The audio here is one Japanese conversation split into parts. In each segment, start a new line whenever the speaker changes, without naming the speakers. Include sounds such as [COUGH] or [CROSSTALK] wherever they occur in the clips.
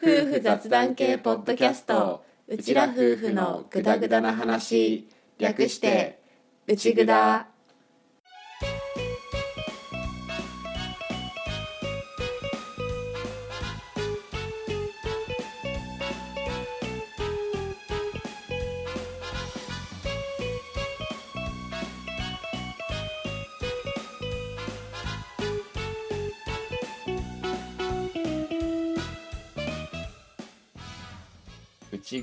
夫婦雑談系ポッドキャストうちら夫婦のグダグダな話略してうちぐだ
内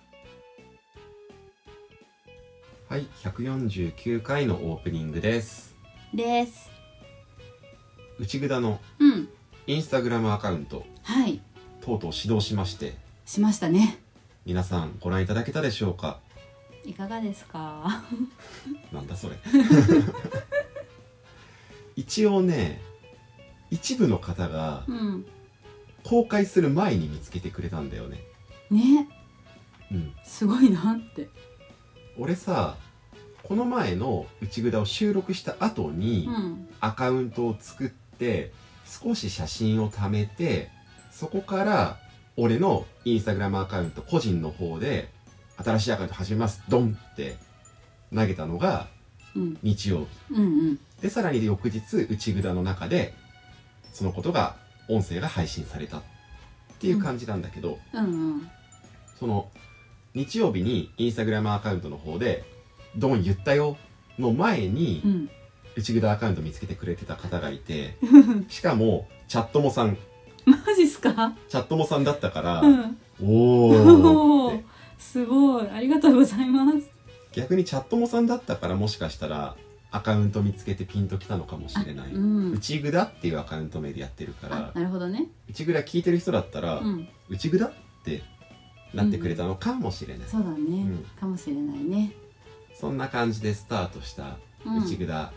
はい149回のオープニングです
です
内ぐだの
うん
インスタグラムアカウント
はい
とうとう始動しまして
しましたね
皆さんご覧いただけたでしょうか
いかがですか
なんだそれ一応ね一部の方が
うん
公開する前に見つけてくれたんだよね、
ね
うん、
すごいなって
俺さこの前の内札を収録した後に
うん
アカウントを作って少し写真を貯めてそこから俺のインスタグラムアカウント個人の方で新しいアカウント始めますドンって投げたのが
うん
日曜日
うんうん
でさらに翌日内札の中でそのことが音声が配信されたっていう感じなんだけど、
うんうん
その日曜日にインスタグラムアカウントの方で「ドン言ったよ」の前に
[LAUGHS] うん
内札アカウント見つけてくれてた方がいてしかもチャットモさん
マジっすか
チャットモさんだったから「
うんお
おー」
ー
って
すごいありがとうございます
逆にチャットモさんだったからもしかしたらアカウント見つけてピンときたのかもしれない、
うん
内札っていうアカウント名でやってるから
あなるほどね
内ぐら聞いてる人だったら、
うん
内ぐだってなってくれたのかもしれない、
そうだね、
ん
かもしれないね
そんな感じでスタートした
うん
内ぐだ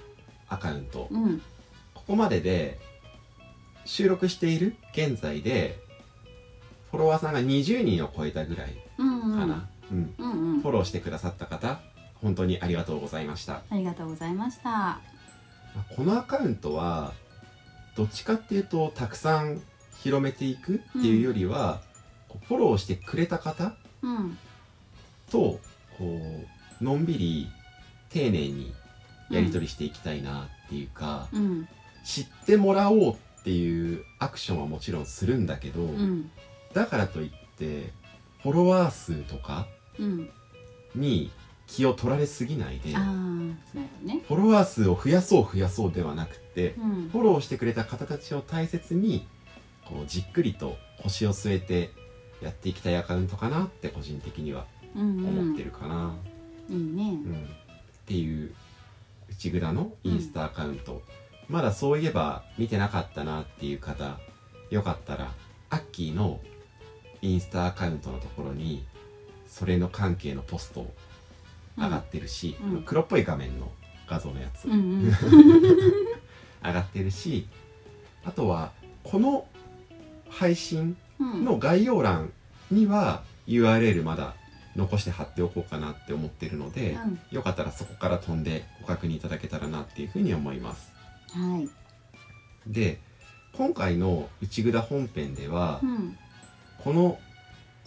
アカウント、
うん
ここまでで収録している現在でフォロワーさんが20人を超えたぐらい
うんう
か
ん
な、うん
うんうん
フォローしてくださった方本当にありがとうございました
ありがとうございました
このアカウントはどっちかっていうとたくさん広めていくっていうよりは、こうフォローしてくれた方
うん
とこうのんびり丁寧にやり取りしていきたいなっていうか、
うん
知ってもらおうっていうアクションはもちろんするんだけど、
うん
だからといってフォロワー数とか
うん
に気を取られすぎないで
ああなるほどね
フォロワー数を増やそう増やそうではなくて
うん
フォローしてくれた方たちを大切にこうじっくりと腰を据えてやっていきたいアカウントかなって個人的には
うんうん
思ってるかな。
いいね
うんっていう内蔵のインスタアカウント、まだそういえば見てなかったなっていう方よかったらアッキーのインスタアカウントのところにそれの関係のポスト上がってるし、
うんうん
黒っぽい画面の画像のやつ
うんうん
上がってるしあとはこの配信
うん
の概要欄には URL まだ残して貼っておこうかなって思ってるので、
う
よかったらそこから飛んでご確認いただけたらなっていうふうに思います。
んはい
で、今回の内ぐだ本編では
う、ん
この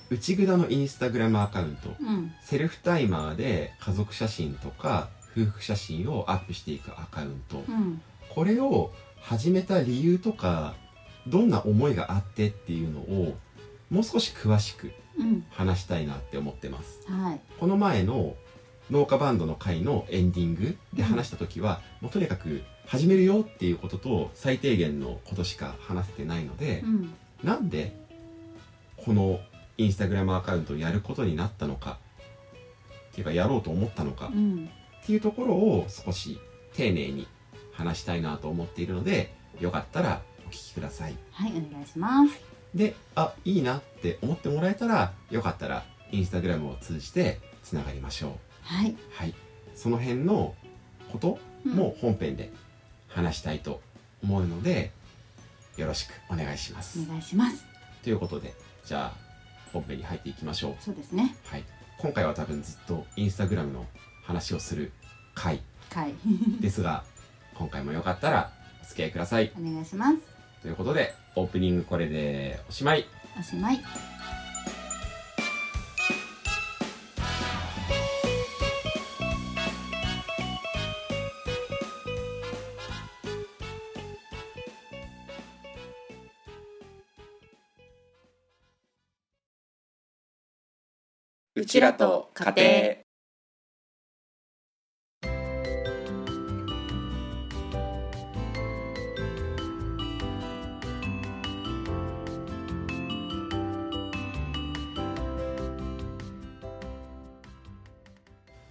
内ぐだのインスタグラムアカウント、
うん
セルフタイマーで家族写真とか夫婦写真をアップしていくアカウント、
うん
これを始めた理由とか、どんな思いがあってっていうのを、もう少し詳しく
うん
話したいなって思ってます。
はい
この前の農家バンドの回のエンディングで話した時は、もうとにかく始めるよっていうことと最低限のことしか話せてないので
う、ん
なんでこのインスタグラムアカウントをやることになったのかっていうかやろうと思ったのか
うん
っていうところを少し丁寧に話したいなと思っているのでよかったらお聞きください。
はいお願いします
であいいなって思ってもらえたらよかったらインスタグラムを通じてつながりましょ
はい、
うはいその辺のこと
うん
も本編で話したいと思うので、よろしくお願いします、
お願いします
ということでじゃあ本編に入っていきましょう
そうですね
はい今回は多分ずっとインスタグラムの話をする回
はい
ですが今回もよかったらお付き合いください
お願いします
ということでオープニングこれでおしまい
おしまい
うちらと家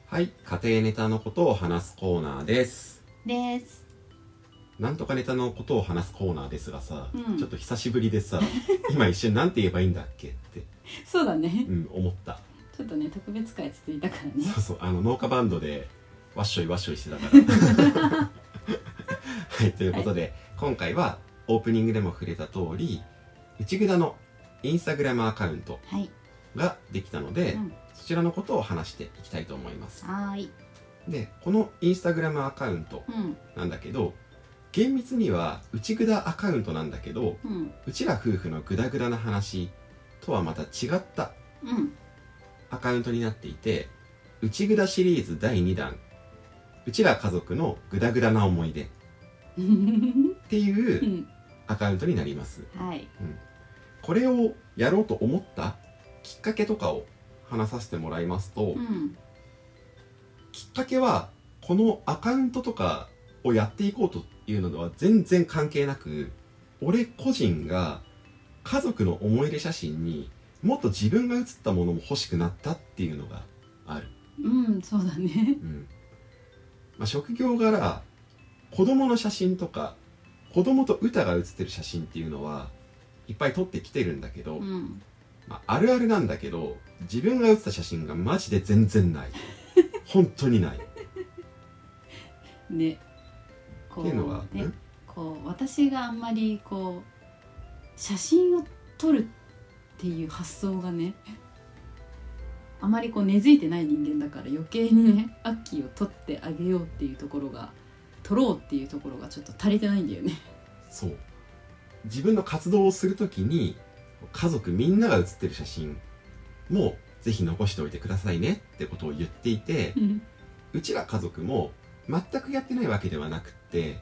はい家庭ネタのことを話すコーナーです
です
なんとかネタのことを話すコーナーですがさ、
うん
ちょっと久しぶりでさ今一瞬なんて言えばいいんだっけって、
そうだね
うん、思った
ちょっとね特別会続いたからね
そうそうあの農家バンドでわっしょいわっしょいしてたか
[LAUGHS]
らはいということで、今回はオープニングでも触れた通り内蔵のインスタグラムアカウント
はい
ができたので、
うん
そちらのことを話していきたいと思います
はーい
でこのインスタグラムアカウント
うん
なんだけど厳密には内蔵アカウントなんだけど
うん
うちら夫婦のグダグダな話とはまた違った
うん
アカウントになっていて「内ぐだ」シリーズ第2弾「うちら家族のグダグダな思い出」っ
うん
ていう
[LAUGHS]
アカウントになります
はい
これをやろうと思ったきっかけとかを話させてもらいますと、
うん
きっかけはこのアカウントとかをやっていこうというのとは全然関係なく俺個人が家族の思い出写真にもっと自分が写ったものも欲しくなったっていうのがある
うんそうだね
うんまあ、職業柄子供の写真とか子供と歌が写ってる写真っていうのはいっぱい撮ってきてるんだけど、
うん
まあ、あるあるなんだけど自分が写った写真がマジで全
[LAUGHS]
然ない本当にないっ
ねこ
ていうのは、
ね
ん
こう私があんまりこう写真を撮るっていう発想がねあまりこう根付いてない人間だから余計にねアッキーを撮ってあげようっていうところが撮ろうっていうところがちょっと足りてないんだよね。
そう自分の活動をするときに家族みんなが写ってる写真もぜひ残しておいてくださいねってことを言っていて、うちら家族も全くやってないわけではなくって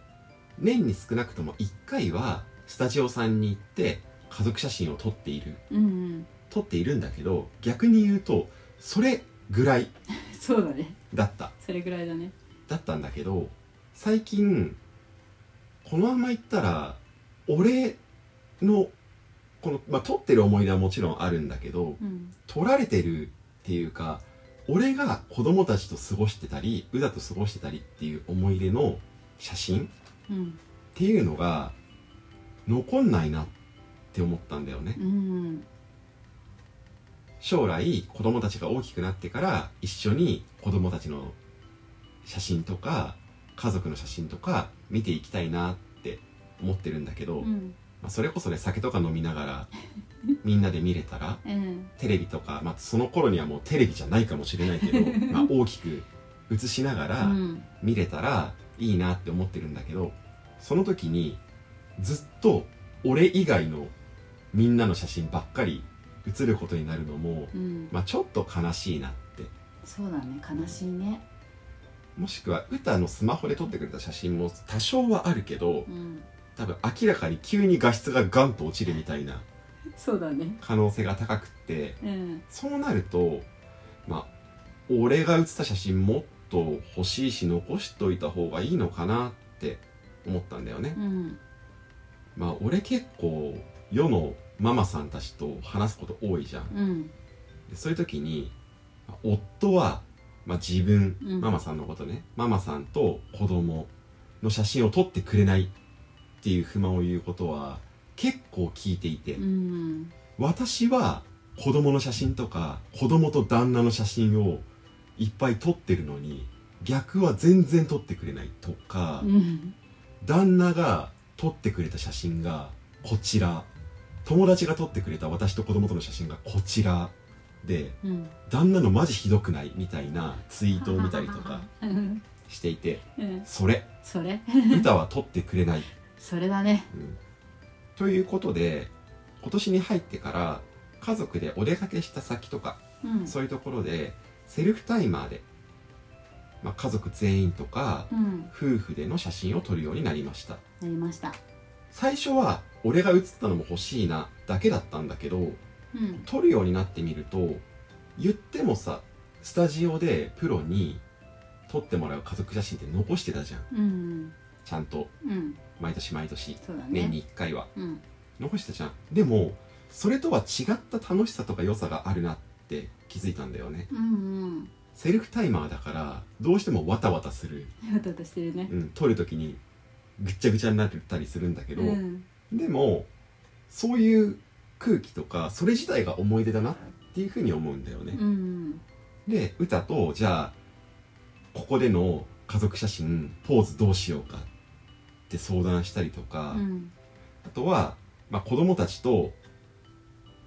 年に少なくとも1回はスタジオさんに行って家族写真を撮っている
うんうん、
撮っているんだけど逆に言うとそれぐらい
[LAUGHS] そうだね
だった
それぐらいだね。
だったんだけど最近このまま行ったら俺のこの、まあ、撮ってる思い出はもちろんあるんだけど、
うん
取られてるっていうか俺が子供たちと過ごしてたりうだと過ごしてたりっていう思い出の写真っ
うん
ていうのが残んないなって思ったんだよね
うん
将来子供たちが大きくなってから一緒に子供たちの写真とか家族の写真とか見ていきたいなって思ってるんだけど、
う
ま
ん
あ、それこそね酒とか飲みながらみんなで見れたら
うん
テレビとか、まあ、その頃にはもうテレビじゃないかもしれないけ
[LAUGHS]
どまあ大きく映しなが
う
ら
ん
見れたらいいなって思ってるんだけどその時にずっと俺以外のみんなの写真ばっかり映ることになるのも、
うん
まあ、ちょっと悲しいなって
そうだね悲しいね。
もしくは歌のスマホで撮ってくれた写真も多少はあるけど
うん
多分明らかに急に画質がガンと落ちるみたいな
そうだね。
可能性が高くって
うん
そうなるとまあ俺が写った写真もっと欲しいし残しといた方がいいのかなって思ったんだよね
う、ん
まあ俺結構世のママさんたちと話すこと多いじゃん
うん
でそういう時にまあ夫は、まあ、自分、
うん
ママさんのことねママさんと子供の写真を撮ってくれないっていう不満を言うことは結構聞いていて、
うん
私は子供の写真とか子供と旦那の写真をいっぱい撮ってるのに逆は全然撮ってくれないとか、
うん
旦那が撮ってくれた写真がこちら友達が撮ってくれた私と子供との写真がこちらで
うん
旦那のマジひどくないみたいなツイートを見たりとか
うん
していて
うん
それ
それ
歌は撮ってくれない
それだね
うんということで今年に入ってから家族でお出かけした先とか、
うん
そういうところでセルフタイマーで、まあ、家族全員とか
うん
夫婦での写真を撮るようになりました
やりました
最初は俺が写ったのも欲しいなだけだったんだけど
うん
撮るようになってみると言ってもさスタジオでプロに撮ってもらう家族写真って残してたじゃん
うん
ちゃんと
うん
毎年毎年
そうだ
年
ね
に1回は
うん
残してたじゃんでもそれとは違った楽しさとか良さがあるなって気づいたんだよね
うん
セルフタイマーだからどうしてもわたわたする、
うんうたうとしてるね
うん、撮る時にぐっちゃぐちゃになったりするんだけど、
うん
でもそういう空気とかそれ自体が思い出だなっていうふうに思うんだよね、
うん
で歌とじゃあここでの家族写真ポーズどうしようかって相談したりと
う
か、
ん
あとは、まあ、子供たちと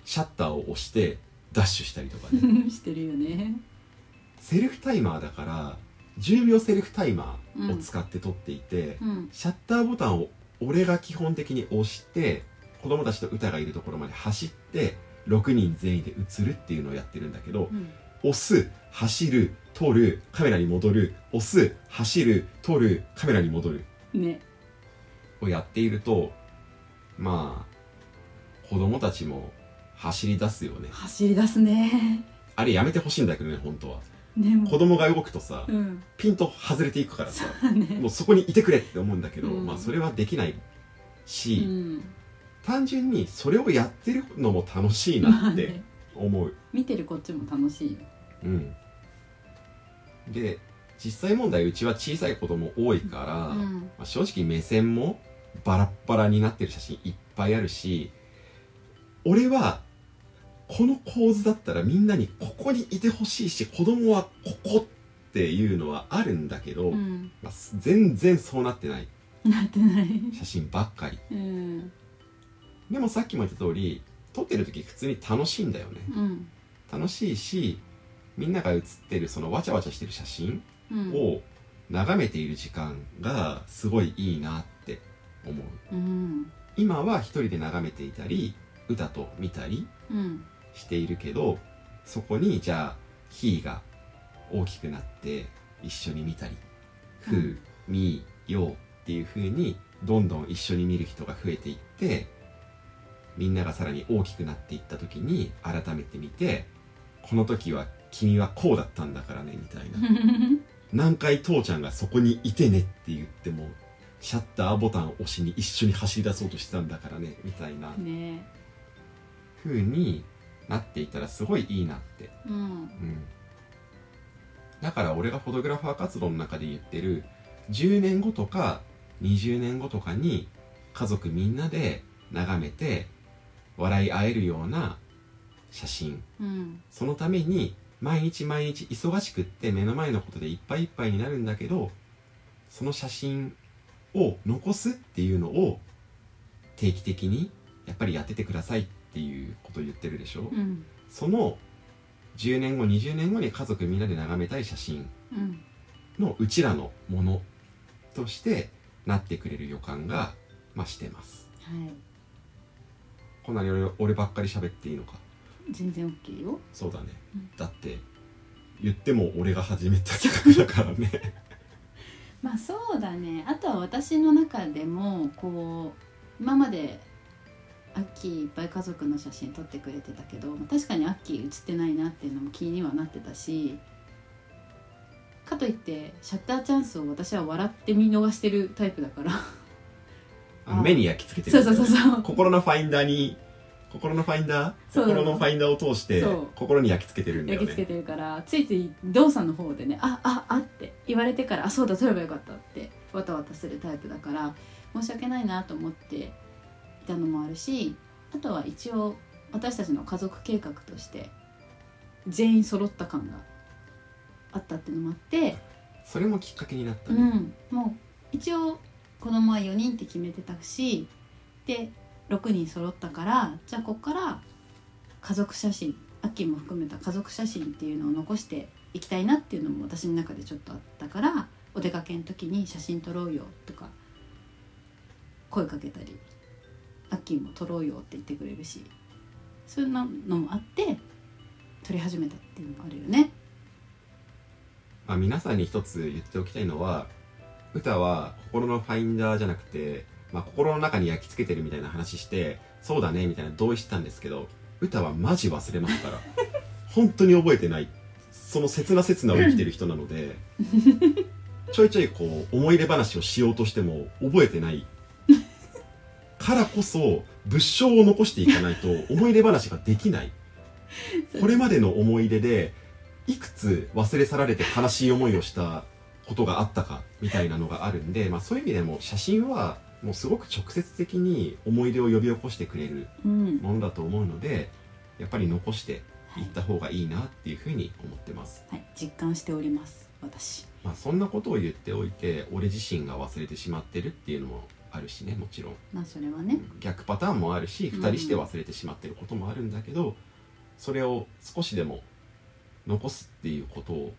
シャッターを押してダッシュしたりとかね
してるよね
セルフタイマーだから10秒セルフタイマーを使って撮っていて、
うん
シャッターボタンを俺が基本的に押して子供たちと歌がいるところまで走って6人全員で映るっていうのをやってるんだけど
うん
押す走る撮るカメラに戻る押す走る撮るカメラに戻る
ね
をやっているとまあ子供たちも走り出すよね
走り出すね
あれやめてほしいんだけどね本当は
でも
子供が動くとさ
うん
ピンと外れていくからさ
だね
[LAUGHS] もうそこにいてくれって思うんだけど、
うん
まあそれはできないし、
うん
単純にそれをやってるのも楽しいなって思う、
見てるこっちも楽しいよ
うんで実際問題うちは小さい子供多いから、ま
ん
あ正直目線もバラッバラになってる写真いっぱいあるし俺はこの構図だったらみんなにここにいてほしいし子供はここっていうのはあるんだけど、
うん
まあ全然そうなってない
なってない
写真ばっかり
うん
でもさっきも言った通り撮ってる時普通に楽しいんだよね、
うん
楽しいしみんなが写ってるそのわちゃわちゃしてる写真
うん
を眺めている時間がすごいいいなって思う
うん
今は一人で眺めていたり歌と見たり
うん
しているけどそこにじゃあひーが大きくなって一緒に見たりふ
う
うんみーようっていう風にどんどん一緒に見る人が増えていってみんながさらに大きくなっていった時に改めて見てこの時は君はこうだったんだからねみたいな何回父ちゃんがそこにいてねって言ってもシャッターボタンを押しに一緒に走り出そうとしてたんだからねみたいな
ね
風になっていったらすごいいいなって
うん
うんだから俺がフォトグラファー活動の中で言ってる10年後とか20年後とかに家族みんなで眺めて笑い合えるような写真
うん
そのために毎日毎日忙しくって目の前のことでいっぱいいっぱいになるんだけどその写真を残すっていうのを定期的にやっぱりやっててくださいっていうことを言ってるでしょ、
うん
その10年後20年後に家族みんなで眺めたい写真
うん
のうちらのものとしてなってくれる予感が、まあ、してます
は
こんなに俺俺ばっかり喋っていいのか
い全然 OK よ
そうだね、
うん
だって言っても俺が始めた企画だからね
[LAUGHS] まあそうだねあとは私の中でもこう今までアッキーいっぱい家族の写真撮ってくれてたけど確かにアッキー写ってないなっていうのも気にはなってたしかといってシャッターチャンスを私は笑って見逃してるタイプだから
あの
あ
目に焼き付けて
そう
る
そうそうそう
心のファインダーに心のファインダー
そう
心のファインダーを通して
そう
心に焼き付けてるんだよ
焼き
ね
付けてるからついつい動作の方でねあああって言われてからあそうだ撮ればよかったってわたわたするタイプだから申し訳ないなと思ってたのもあるしあとは一応私たちの家族計画として全員揃った感があったっていうのもあって、
それもきっかけになった
う
ね、
ん、もう一応子供は4人って決めてたしで6人揃ったからじゃあこっから家族写真アッキーも含めた家族写真っていうのを残していきたいなっていうのも私の中でちょっとあったからお出かけの時に写真撮ろうよとか声かけたりアッキーも撮ろうよって言ってくれるしそんなのもあって撮り始めたっていうのもあるよね。
まあ、皆さんに一つ言っておきたいのは歌は心のファインダーじゃなくて、まあ、心の中に焼き付けてるみたいな話してそうだねみたいな同意してたんですけど歌はマジ忘れますから本当に覚えてないその切な切なを生きてる人なのでちょいちょいこう思い入れ話をしようとしても覚えてないからこそ物証を残していかないと思い入れ話ができないこれまでの思い出でいくつ忘れ去られて悲しい思いをしたことがあったかみたいなのがあるんで、まあ、そういう意味でも写真はもうすごく直接的に思い出を呼び起こしてくれる
うん、
ものだと思うのでやっぱり残して
はい
いった方がいいなっていうふうに思ってます、
はい、実感しております私。
まあ、そんなことを言っておいて俺自身が忘れてしまってるっていうのもあるしねもちろん
まあそれはね、
逆パターンもあるし
うん
2人して忘れてしまってることもあるんだけど、それを少しでも残すっていうことを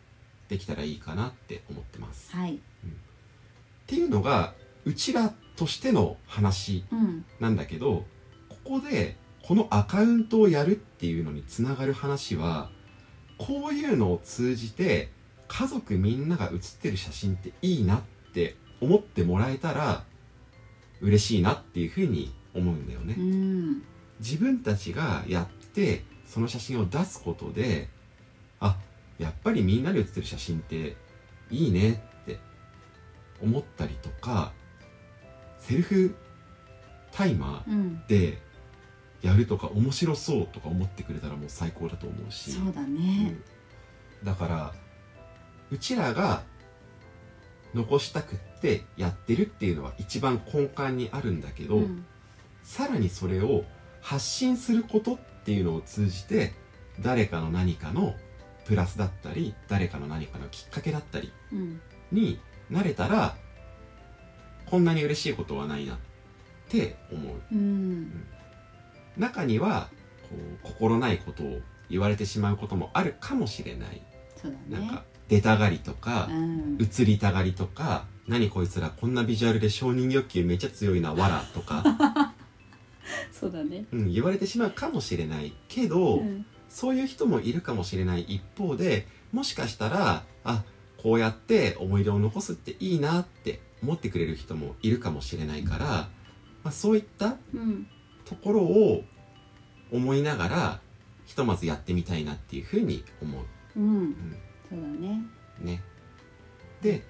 できたらいいかなって思ってます。っ
はい、
ていうのがうちらとしての話
うん、
なんだけどここでこのアカウントをやるっていうのにつながる話はこういうのを通じて家族みんなが写ってる写真っていいなって思ってもらえたら嬉しいなっていうふうに思うんだよね。
うん、
自分たちがやってその写真を出すことであやっぱりみんなで写ってる写真っていいねって思ったりとかセルフタイマ
うん、
ーでやるとか面白そうとか思ってくれたらもう最高だと思うし
そうだ
う
ね
ん、だからうちらが残したくってやってるっていうのは一番根幹にあるんだけど、
うん、
さらにそれを発信することっていうのを通じて誰かの何かのプラスだったり誰かの何かのきっかけだったり
うん、
になれたらこんなに嬉しいことはないなって思う
うん、
中にはこう心ないことを言われてしまうこともあるかもしれない
そうだ
なん
ね
か。出たがりとか、
うん、
移りたがりとか何こいつらこんなビジュアルで承認欲求めっちゃ強いなわらとか、
そうだね。
うん、言われてしまうかもしれないけど、
うん、
そういう人もいるかもしれない一方でもしかしたらあこうやって思い出を残すっていいなって思ってくれる人もいるかもしれないから、まあ、そういった
うん、
ところを思いながらひとまずやってみたいなっていうふうに思う。
うん、
うん
そうだね。
ねで、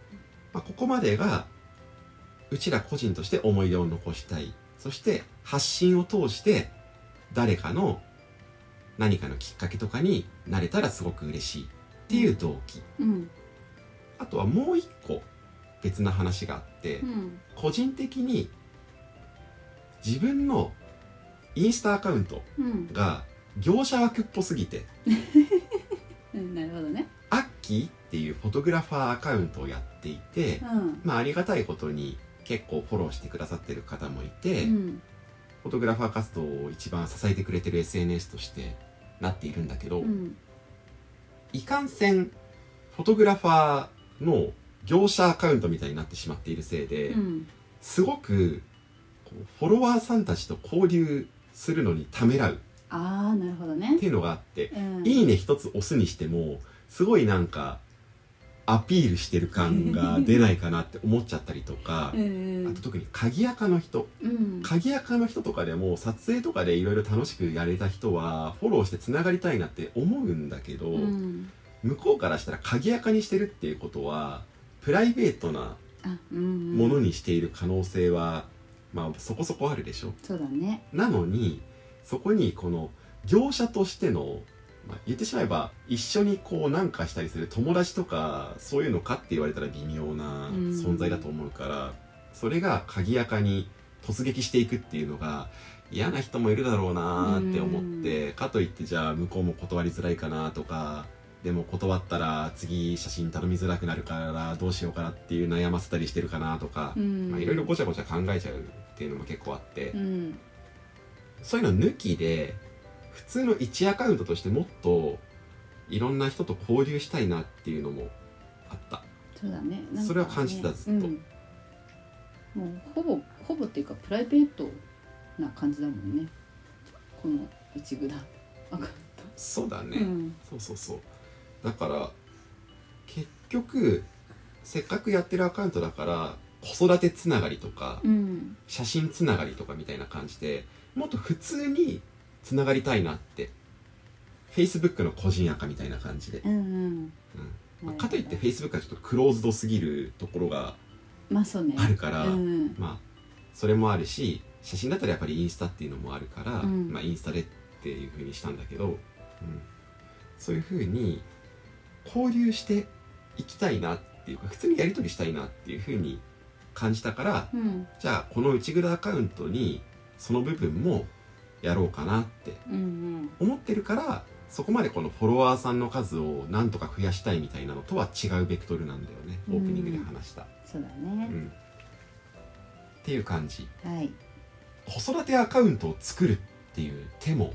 まあ、ここまでがうちら個人として思い出を残したいそして発信を通して誰かの何かのきっかけとかになれたらすごく嬉しいっていう動機
うん、
あとはもう一個別な話があって
うん、
個人的に自分のインスタアカウント
うん、
が業者枠っぽすぎて
うん、なるほどね。
アッキーっていうフォトグラファーアカウントをやっていて、
うん、
まあ、ありがたいことに結構フォローしてくださってる方もいて、
うん、
フォトグラファー活動を一番支えてくれてる SNS としてなっているんだけど、
うん、
いかんせんフォトグラファーの業者アカウントみたいになってしまっているせいで、
うん、
すごくこうフォロワーさんたちと交流するのにためらうっ
ああ、なるほどね
て。いうのがあって
うん、
「いいね」一つ押すにしてもすごいなんかアピールしてる感が出ないかなって思っちゃったりとか
う。ん、う
あ
ん
と、特に鍵垢の人
うん、
鍵垢の人とかでも撮影とかでいろいろ楽しくやれた人はフォローしてつながりたいなって思うんだけど、
うん、
向こうからしたら鍵垢にしてるっていうことはプライベートな
あ、うん、
ものにしている可能性は、まあそこそこあるでしょ
そうだね。
なのにそこにこの業者としての、まあ言ってしまえば一緒にこうなんかしたりする友達とかそういうのかって言われたら微妙な
うん
存在だと思うから、それが鍵垢に突撃していくっていうのが嫌な人もいるだろうなーって思ってかといってじゃあ向こうも断りづらいかなとかでも断ったら次写真頼みづらくなるからどうしようかなっていう悩ませたりしてるかなとか
う、ん
まあ、いろいろごちゃごちゃ考えちゃうっていうのも結構あって、
うん
そういうの抜きで普通の1アカウントとしてもっといろんな人と交流したいなっていうのもあった
そうだねなんかね
それは感じてたずっと
うんもうほぼほぼっていうかプライベートな感じだもんねこの内ぐだあかっ
そうだ
た、
ね、
うん
そうそうそうだから結局せっかくやってるアカウントだから子育てつながりとか
うん
写真つながりとかみたいな感じでもっと普通につながりたいなって Facebook の個人アカみたいな感じで、
うん
うんまあかといって Facebook はちょっとクローズドすぎるところが
まあそうね
あるから、
うん
まあそれもあるし写真だったらやっぱりインスタっていうのもあるから、
うん
まあ、インスタでっていうふうにしたんだけど、うん、そういうふうに交流していきたいなっていうか普通にやり取りしたいなっていうふうに感じたから
うん
じゃあこの内蔵アカウントにその部分もやろうかなって
うんうん
思ってるからそこまでこのフォロワーさんの数をなんとか増やしたいみたいなのとは違うベクトルなんだよねオープニングで話した。
そうだ
う
ね、
んっていう感じ。
はい
子育てアカウントを作るっていう手も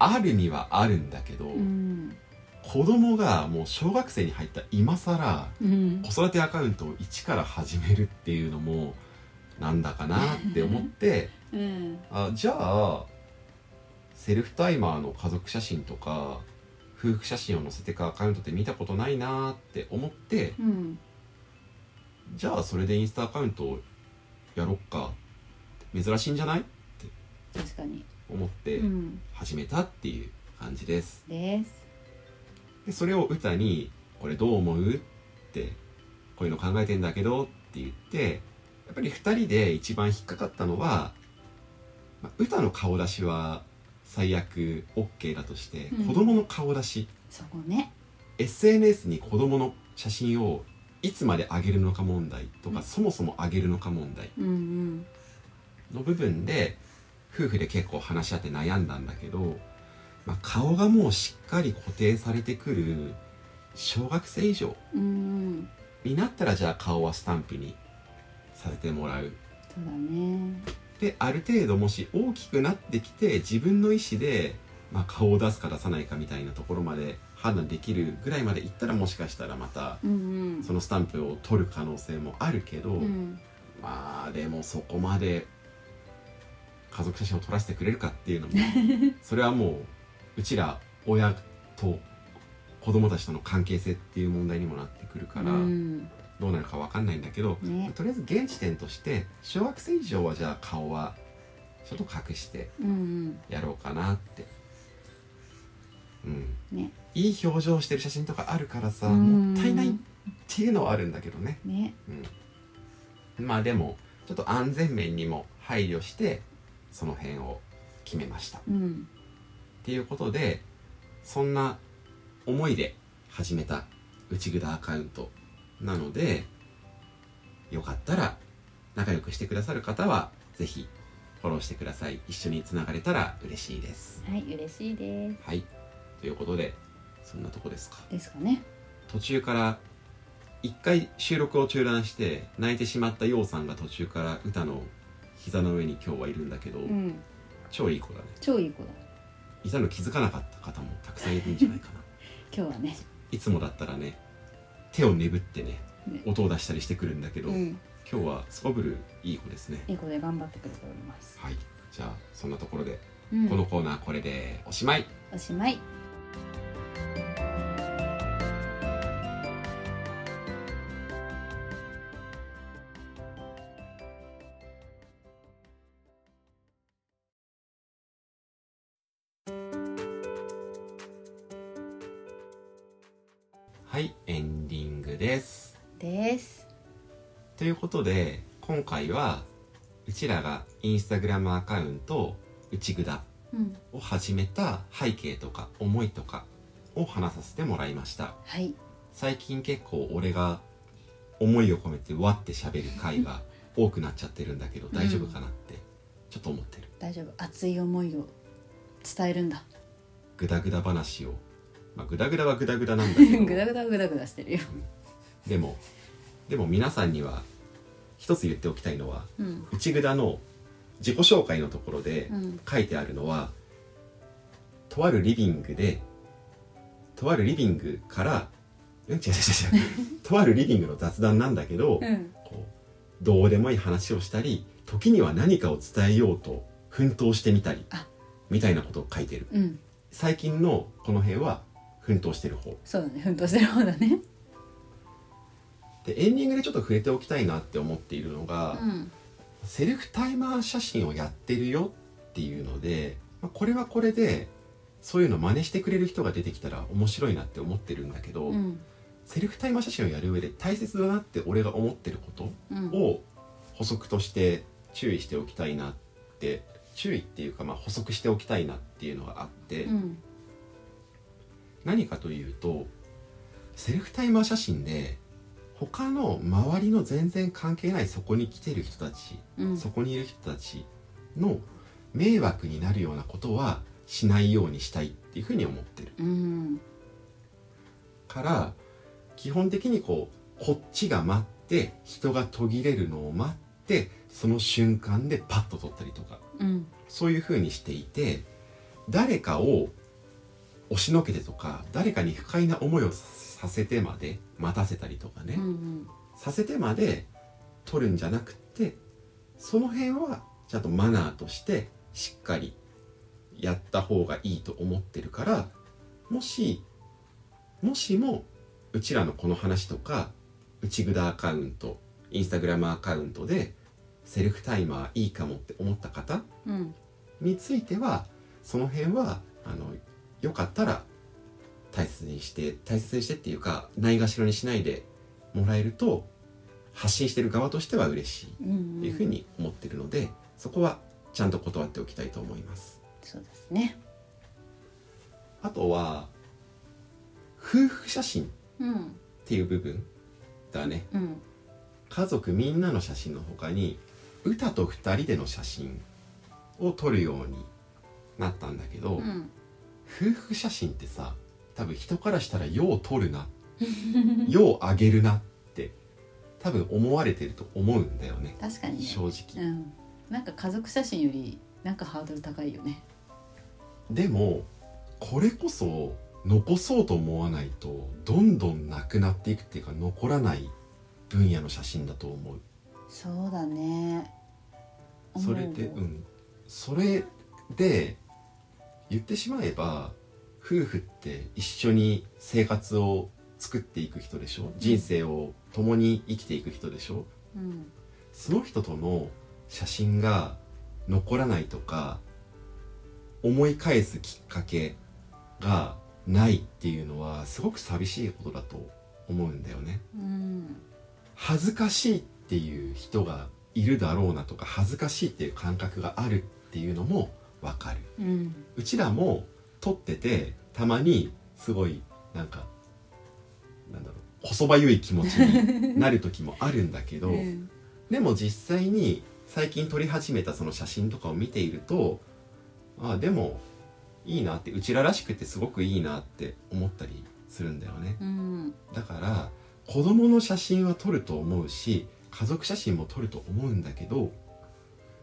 あるにはあるんだけど、
うん
子供がもう小学生に入った今更
うん
子育てアカウントを一から始めるっていうのもなんだかなって思って
うん
あじゃあセルフタイマーの家族写真とか夫婦写真を載せてくアカウントって見たことないなって思って
うん
じゃあそれでインスタアカウントをやろっか珍しいんじゃない
確かに
思って。
うん
始めたっていう感じです
です
でそれを歌に「これどう思う?」って「こういうの考えてんだけど」って言ってやっぱり2人で一番引っかかったのは、まあ、歌の顔出しは最悪 OK だとして、
うん
子供の顔出し
そこね
SNS に子供の写真をいつまで上げるのか問題とか、
うん
そもそも上げるのか問題
うん
の部分で夫婦で結構話し合って悩んだんだけど、まあ、顔がもうしっかり固定されてくる小学生以上
うんうん
になったらじゃあ顔はスタンプにさせてもらう
そうだね
である程度もし大きくなってきて自分の意思で、まあ、顔を出すか出さないかみたいなところまで判断できるぐらいまでいったらもしかしたらまた
うんうん
そのスタンプを取る可能性もあるけど、
うん
まあでもそこまで家族写真を撮らせてくれるかっていう
[LAUGHS]
のもそれはもううちら親と子供たちとの関係性っていう問題にもなってくるから、
うん
どうなるかわかんないんだけど、
ね
とりあえず現時点として小学生以上はじゃあ顔はちょっと隠して
うん
やろうかなって。うん
うんね
いい表情をしてる写真とかあるからさ、
うん
もったいないっていうのはあるんだけどね。
ね
まあでもちょっと安全面にも配慮してその辺を決めましたっ
うん
ていうことでそんな思いで始めた内ぐだアカウントなのでよかったら仲良くしてくださる方はぜひフォローしてください一緒につながれたら嬉しいです
はい嬉しいです
はいということでそんなとこですか
ですかね
途中から一回収録を中断して泣いてしまったようさんが途中から歌の膝の上に今日はいるんだけど、
うん
超いい子だね
超いい子だ
いたの気づかなかった方もたくさんいるんじゃないか
[LAUGHS]
な
今日はね
いつもだったらね手をねぶってね
ね
音を出したりしてくるんだけど、
うん
今日はすこぶるいい子ですね
いい子で頑張ってくれております
はいじゃあそんなところで、
うん
このコーナーこれでおしまい
おしまい
はいエンディングです
です
ということで今回はうちらがインスタグラムアカウント「うちぐだ
うん」
を始めた背景とか思いとかを話させてもらいました
はい
最近結構俺が思いを込めてわって喋る回が多くなっちゃってるんだけど大丈夫かなってちょっと思ってる、
大丈夫熱い思いを伝えるんだ
グダグダ話をまあグダグダはグダグダなんだけ
[LAUGHS]
ど
グダグダグダグダしてるよ
でもでも皆さんには一つ言っておきたいのは
うん
内グダの自己紹介のところで
うん
書いてあるのは、とあるリビングでとあるリビングからうん違う違
[LAUGHS]
う違う違うとあるリビングの雑談なんだけど、
うん
こうどうでもいい話をしたり時には何かを伝えようと奮闘してみたり
あ
みたいなことを書いてる
うん
最近のこの辺は奮闘してる方
そうだね奮闘してる方だね
でエンディングでちょっと触れておきたいなって思っているのが、
うん
セルフタイマー写真をやってるよっていうので、まあ、これはこれでそういうの真似してくれる人が出てきたら面白いなって思ってるんだけど、
うん
セルフタイマー写真をやる上で大切だなって俺が思ってること
うん
を補足として注意しておきたいなって注意っていうかまあ補足しておきたいなっていうのがあって、
うん
何かというとセルフタイマー写真で他の周りの全然関係ないそこに来てる人たち
うん
そこにいる人たちの迷惑になるようなことはしないようにしたいっていうふうに思ってる
うん
から基本的にこうこっちが待って人が途切れるのを待ってその瞬間でパッと撮ったりとか
うん
そういうふうにしていて誰かを押しのけてとか誰かに不快な思いをさせてまで待たせたりとかね、
うん
させてまで取るんじゃなくってその辺はちゃんとマナーとしてしっかりやった方がいいと思ってるからもしもしもうちらのこの話とか内ぐだアカウントインスタグラムアカウントでセルフタイマーいいかもって思った方
うん
についてはその辺はあのよかったら大切にして大切にしてっていうかないがしろにしないでもらえると発信してる側としては嬉しい
うん
というふうに思ってるので、そこはちゃんと断っておきたいと思います。
そうですね
あとは夫婦写真っ
うん
ていう部分だね
うん
家族みんなの写真の他に歌と2人での写真を撮るようになったんだけど、
うん
夫婦写真ってさ多分人からしたら「よう撮るな」「ようあげるな」って多分思われてると思うんだよね
確かにね
正
う
直、
んなんか家族写真よりなんかハードル高いよね
でもこれこそ残そうと思わないとどんどんなくなっていくっていうか残らない分野の写真だと思う
そうだね
それでうんそれで言ってしまえば夫婦って一緒に生活を作っていく人でしょ人生を共に生きていく人でしょ
うん
その人との写真が残らないとか思い返すきっかけがないっていうのはすごく寂しいことだと思うんだよね
うん
恥ずかしいっていう人がいるだろうなとか恥ずかしいっていう感覚があるっていうのもわかる
うん
うちらも撮っててたまにすごいなんかなんだろうこそばゆい気持ちになる時もあるんだ
[LAUGHS]
けど、
うん
でも実際に最近撮り始めたその写真とかを見ているとああでもいいなってうちららしくてすごくいいなって思ったりするんだよね
うん
だから子供の写真は撮ると思うし家族写真も撮ると思うんだけど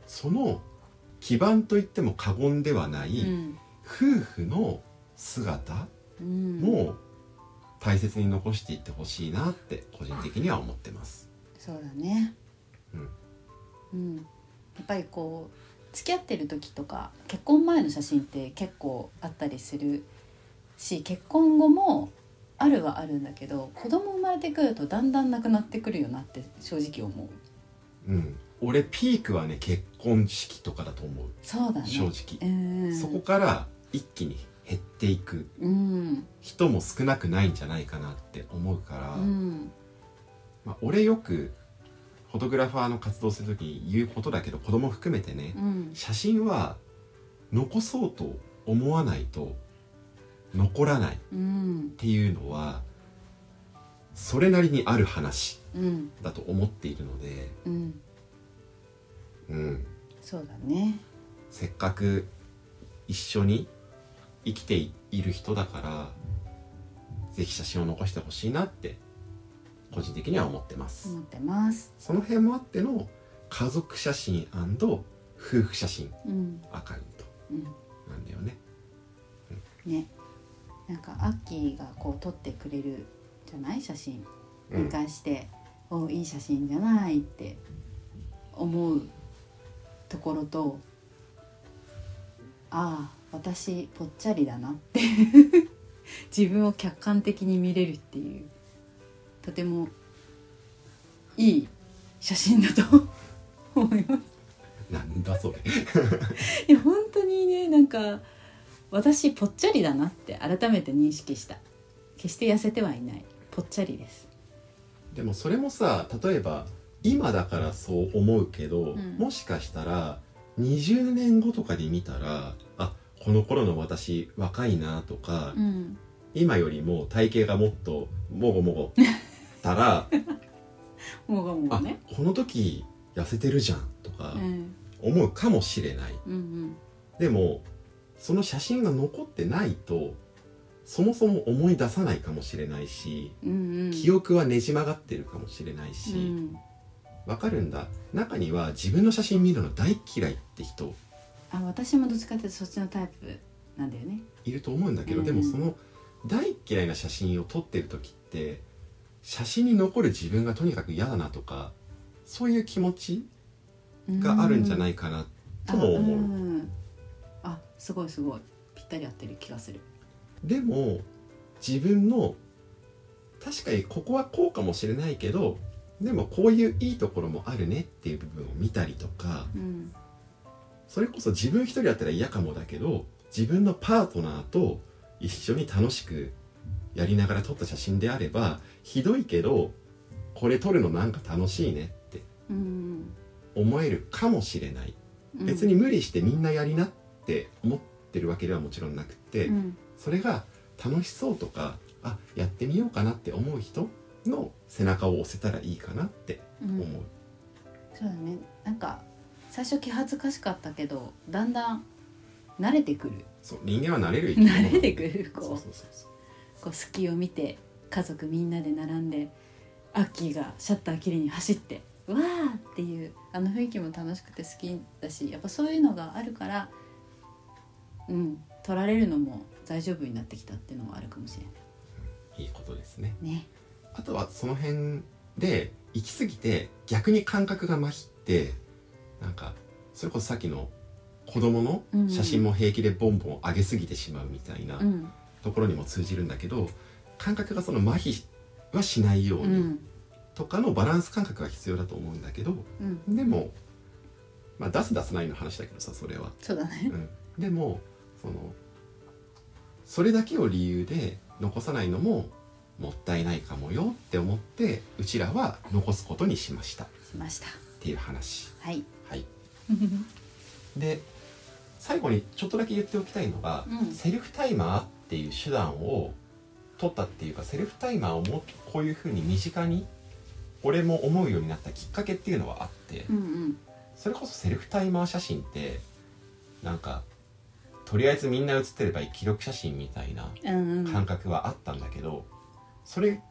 その基盤といっても過言ではない、
うん
夫婦の姿
うん
も大切に残していってほしいなって個人的には思ってます。
そうだね
うん、
うん、やっぱりこう付き合ってる時とか結婚前の写真って結構あったりするし結婚後もあるはあるんだけど子供生まれてくるとだんだんなくなってくるよなって正直思う
うん、俺ピークはね結婚式とかだと思う
そうだね
正直、
うん
そこから一気に減っていく
うん
人も少なくないんじゃないかなって思うから、
うん
まあ、俺よくフォトグラファーの活動する時に言うことだけど子供含めてね、
うん
写真は残そうと思わないと残らない
うん
っていうのはそれなりにある話
うん
だと思っているので、
うん
うん、
そうだね
せっかく一緒に生きている人だからぜひ写真を残してほしいなって個人的には思ってます、
思ってます。
その辺もあっての家族写真夫婦写真
うん、
アカウント
うん、
なんだよね
ね。なんかアッキーがこう撮ってくれるじゃない写真
う
見
ん
返して、おいい写真じゃないって思うところと、ああ私ぽっちゃりだなって [LAUGHS] 自分を客観的に見れるっていうとてもいい写真だと [LAUGHS] 思います。
なんだそれ
いや本当にねなんか私ぽっちゃりだなって改めて認識した決して痩せてはいないぽっちゃりです
でもそれもさ例えば今だからそう思うけど、
うん
もしかしたら20年後とかで見たらあこの頃の私若いなとか、
うん
今よりも体型がもっともごもご
[LAUGHS]
たら
もがもが
あ
ね
この時痩せてるじゃんとか
うん
思うかもしれない、
うん
でもその写真が残ってないとそもそも思い出さないかもしれないし、
うんうんうん
記憶はねじ曲がってるかもしれないし、
うん
わかるんだ中には自分の写真見るの大嫌いって人
あ私もどっちかっていうとそっちのタイプなんだよね
いると思うんだけど、
うん
でもその大嫌いな写真を撮ってる時って写真に残る自分がとにかく嫌だなとかそういう気持ちがあるんじゃないいかなとも思う、
ん、あすごいすごいぴったり合ってる気がする
でも自分の確かにここはこうかもしれないけどでもこういういいところもあるねっていう部分を見たりとか
うん
それこそ自分一人だったら嫌かもだけど自分のパートナーと一緒に楽しくやりながら撮った写真であればひどいけどこれ撮るのなんか楽しいねって
うん
思えるかもしれない
うん
別に無理してみんなやりなって思ってるわけではもちろんなくって、
うん
それが楽しそうとかあやってみようかなって思う人の背中を押せたらいいかなって
う
思う、
んそうだねなんか最初気恥ずかしかったけどだんだん慣れてくる
そう人間は慣れる生き物
慣れてくるこう
そうそうそうそう
こう隙を見て家族みんなで並んでアッキーがシャッター切りに走って「わー!」っていうあの雰囲気も楽しくて好きだしやっぱそういうのがあるからうん取られるのも大丈夫になってきたっていうのはあるかもしれない
いいことですね
ね。
あとはその辺で行き過ぎて逆に感覚が麻痺ってなんかそれこそさっきの子供の写真も平気でボンボン上げすぎてしまうみたいな
うん、
ところにも通じるんだけど感覚がその麻痺はしないよう
う
に
ん
とかのバランス感覚が必要だと思うんだけど
うん、
でもまあ出す出さないの話だけどさそれは。
そうだね。
うん、でもそのそれだけを理由で残さないのももったいないかもよって思ってうちらは残すことにしましたっ
しました。
ていう話 [LAUGHS]
はい。
はいで最後にちょっとだけ言っておきたいのが、
うん
セルフタイマーっていう手段を取ったっていうかセルフタイマーをもこういうふうに身近に俺も思うようになったきっかけっていうのはあって、
うんうん
それこそセルフタイマー写真ってなんかとりあえずみんな写ってればいい記録写真みたいな
うんうん
感覚はあったんだけど、それ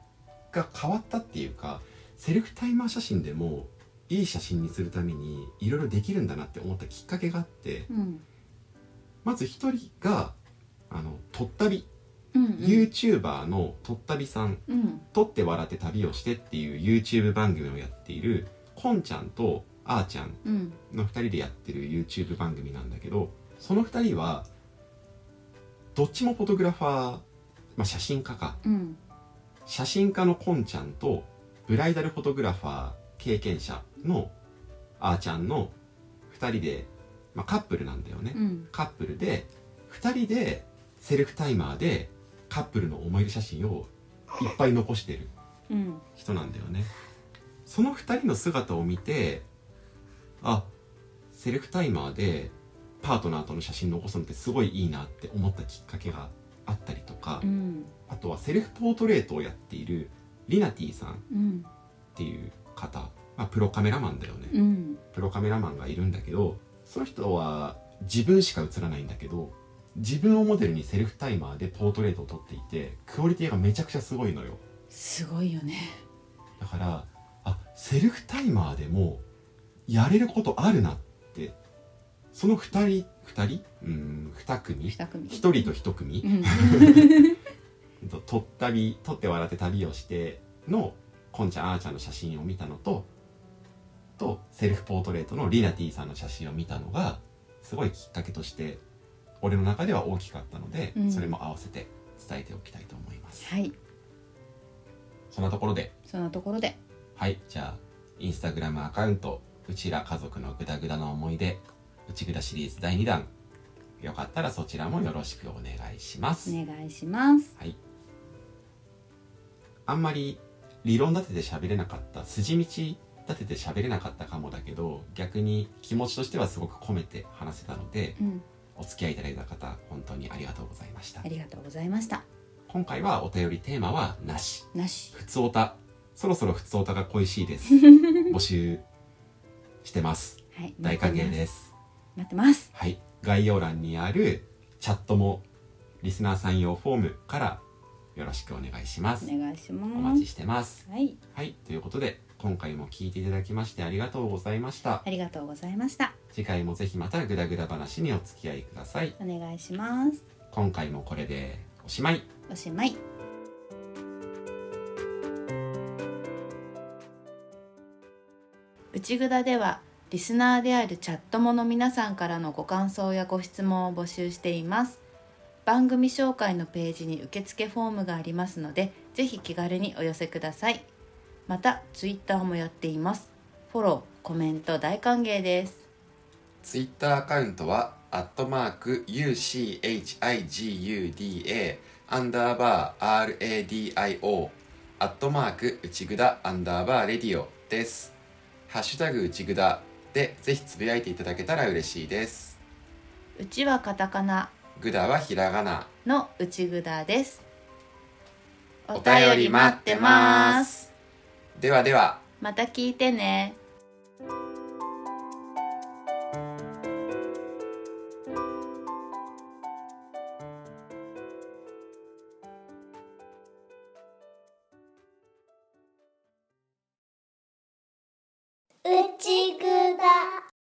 が変わったっていうかセルフタイマー写真でもいい写真にするためにいろいろできるんだなって思ったきっかけがあって
うん
まず一人があのとったび、
うんうん
YouTuber のとったびさん
うん
「撮って笑って旅をして」っていう YouTube 番組をやっているこんちゃんとあーちゃん
うん
の2人でやってる YouTube 番組なんだけどその2人はどっちもフォトグラファー、まあ、写真家か
うん
写真家のこんちゃんとブライダルフォトグラファー経験者のあーちゃんの2人で、まあ、カップルなんだよね、
うん
カップルで2人でセルフタイマーでカップルの思い出写真をいっぱい残してる
うん
人なんだよねその2人の姿を見てあセルフタイマーでパートナーとの写真残すのってすごいいいなって思ったきっかけがあったりとか、
うん
あとはセルフポートレートをやっているリナティさんっ
うん
ていう方、まあ、プロカメラマンだよね、
うん
プロカメラマンがいるんだけどその人は自分しか映らないんだけど自分をモデルにセルフタイマーでポートレートを撮っていてクオリティがめちゃくちゃすごいのよ
すごいよね
だからあセルフタイマーでもやれることあるなってその2人2人うん2組1
二組
人と1組
うん
と撮ったり撮って笑って旅をしてのこんちゃんあーちゃんの写真を見たのととセルフポートレートのリナティさんの写真を見たのがすごいきっかけとして俺の中では大きかったので、
うん
それも合わせて伝えておきたいと思います
はい
そんなところで
そんなところで
はいじゃあインスタグラムアカウント「うちら家族のグダグダの思い出うちぐだ」シリーズ第2弾よかったらそちらもよろしくお願いします、
お願いします
はい、あんまり理論立てて喋れなかった筋道立てて喋れなかったかもだけど逆に気持ちとしてはすごく込めて話せたので
うん
お付き合いいただいた方本当にありがとうございました
ありがとうございました
今回はお便りテーマはなし
なし
ふつおたそろそろふつおたが恋しいです
[LAUGHS]
募集してます
はい
大歓迎
待ってます
です
待ってます
はい、概要欄にあるチャットもリスナーさん用フォームからよろしくお願いします
お願いしま
お待ち
す
してます。
はい
はい、ということで今回も聞いていただきましてありがとうございました
あ。りがとうございました
次回もぜひまたグダグダ話にお付き合いください。
お願いします
今回もこれでおしまい。
おしまい内ぐだではリスナーであるチャットもの皆さんからのご感想やご質問を募集しています番組紹介のページに受付フォームがありますのでぜひ気軽にお寄せくださいまたツイッターもやっていますフォロー、コメント大歓迎です
ツイッターアカウントは、アットマーク UCHIGUDA アンダーバー RADIO アットマーク内ぐだアンダーバーレディオです。ハッシュタグ内ぐだでぜひつぶやいていただけたら嬉しいです。
うちはカタカナ
ぐだはひらがな。
の内ぐだです
お便り待ってます。ではでは。
また聞いてね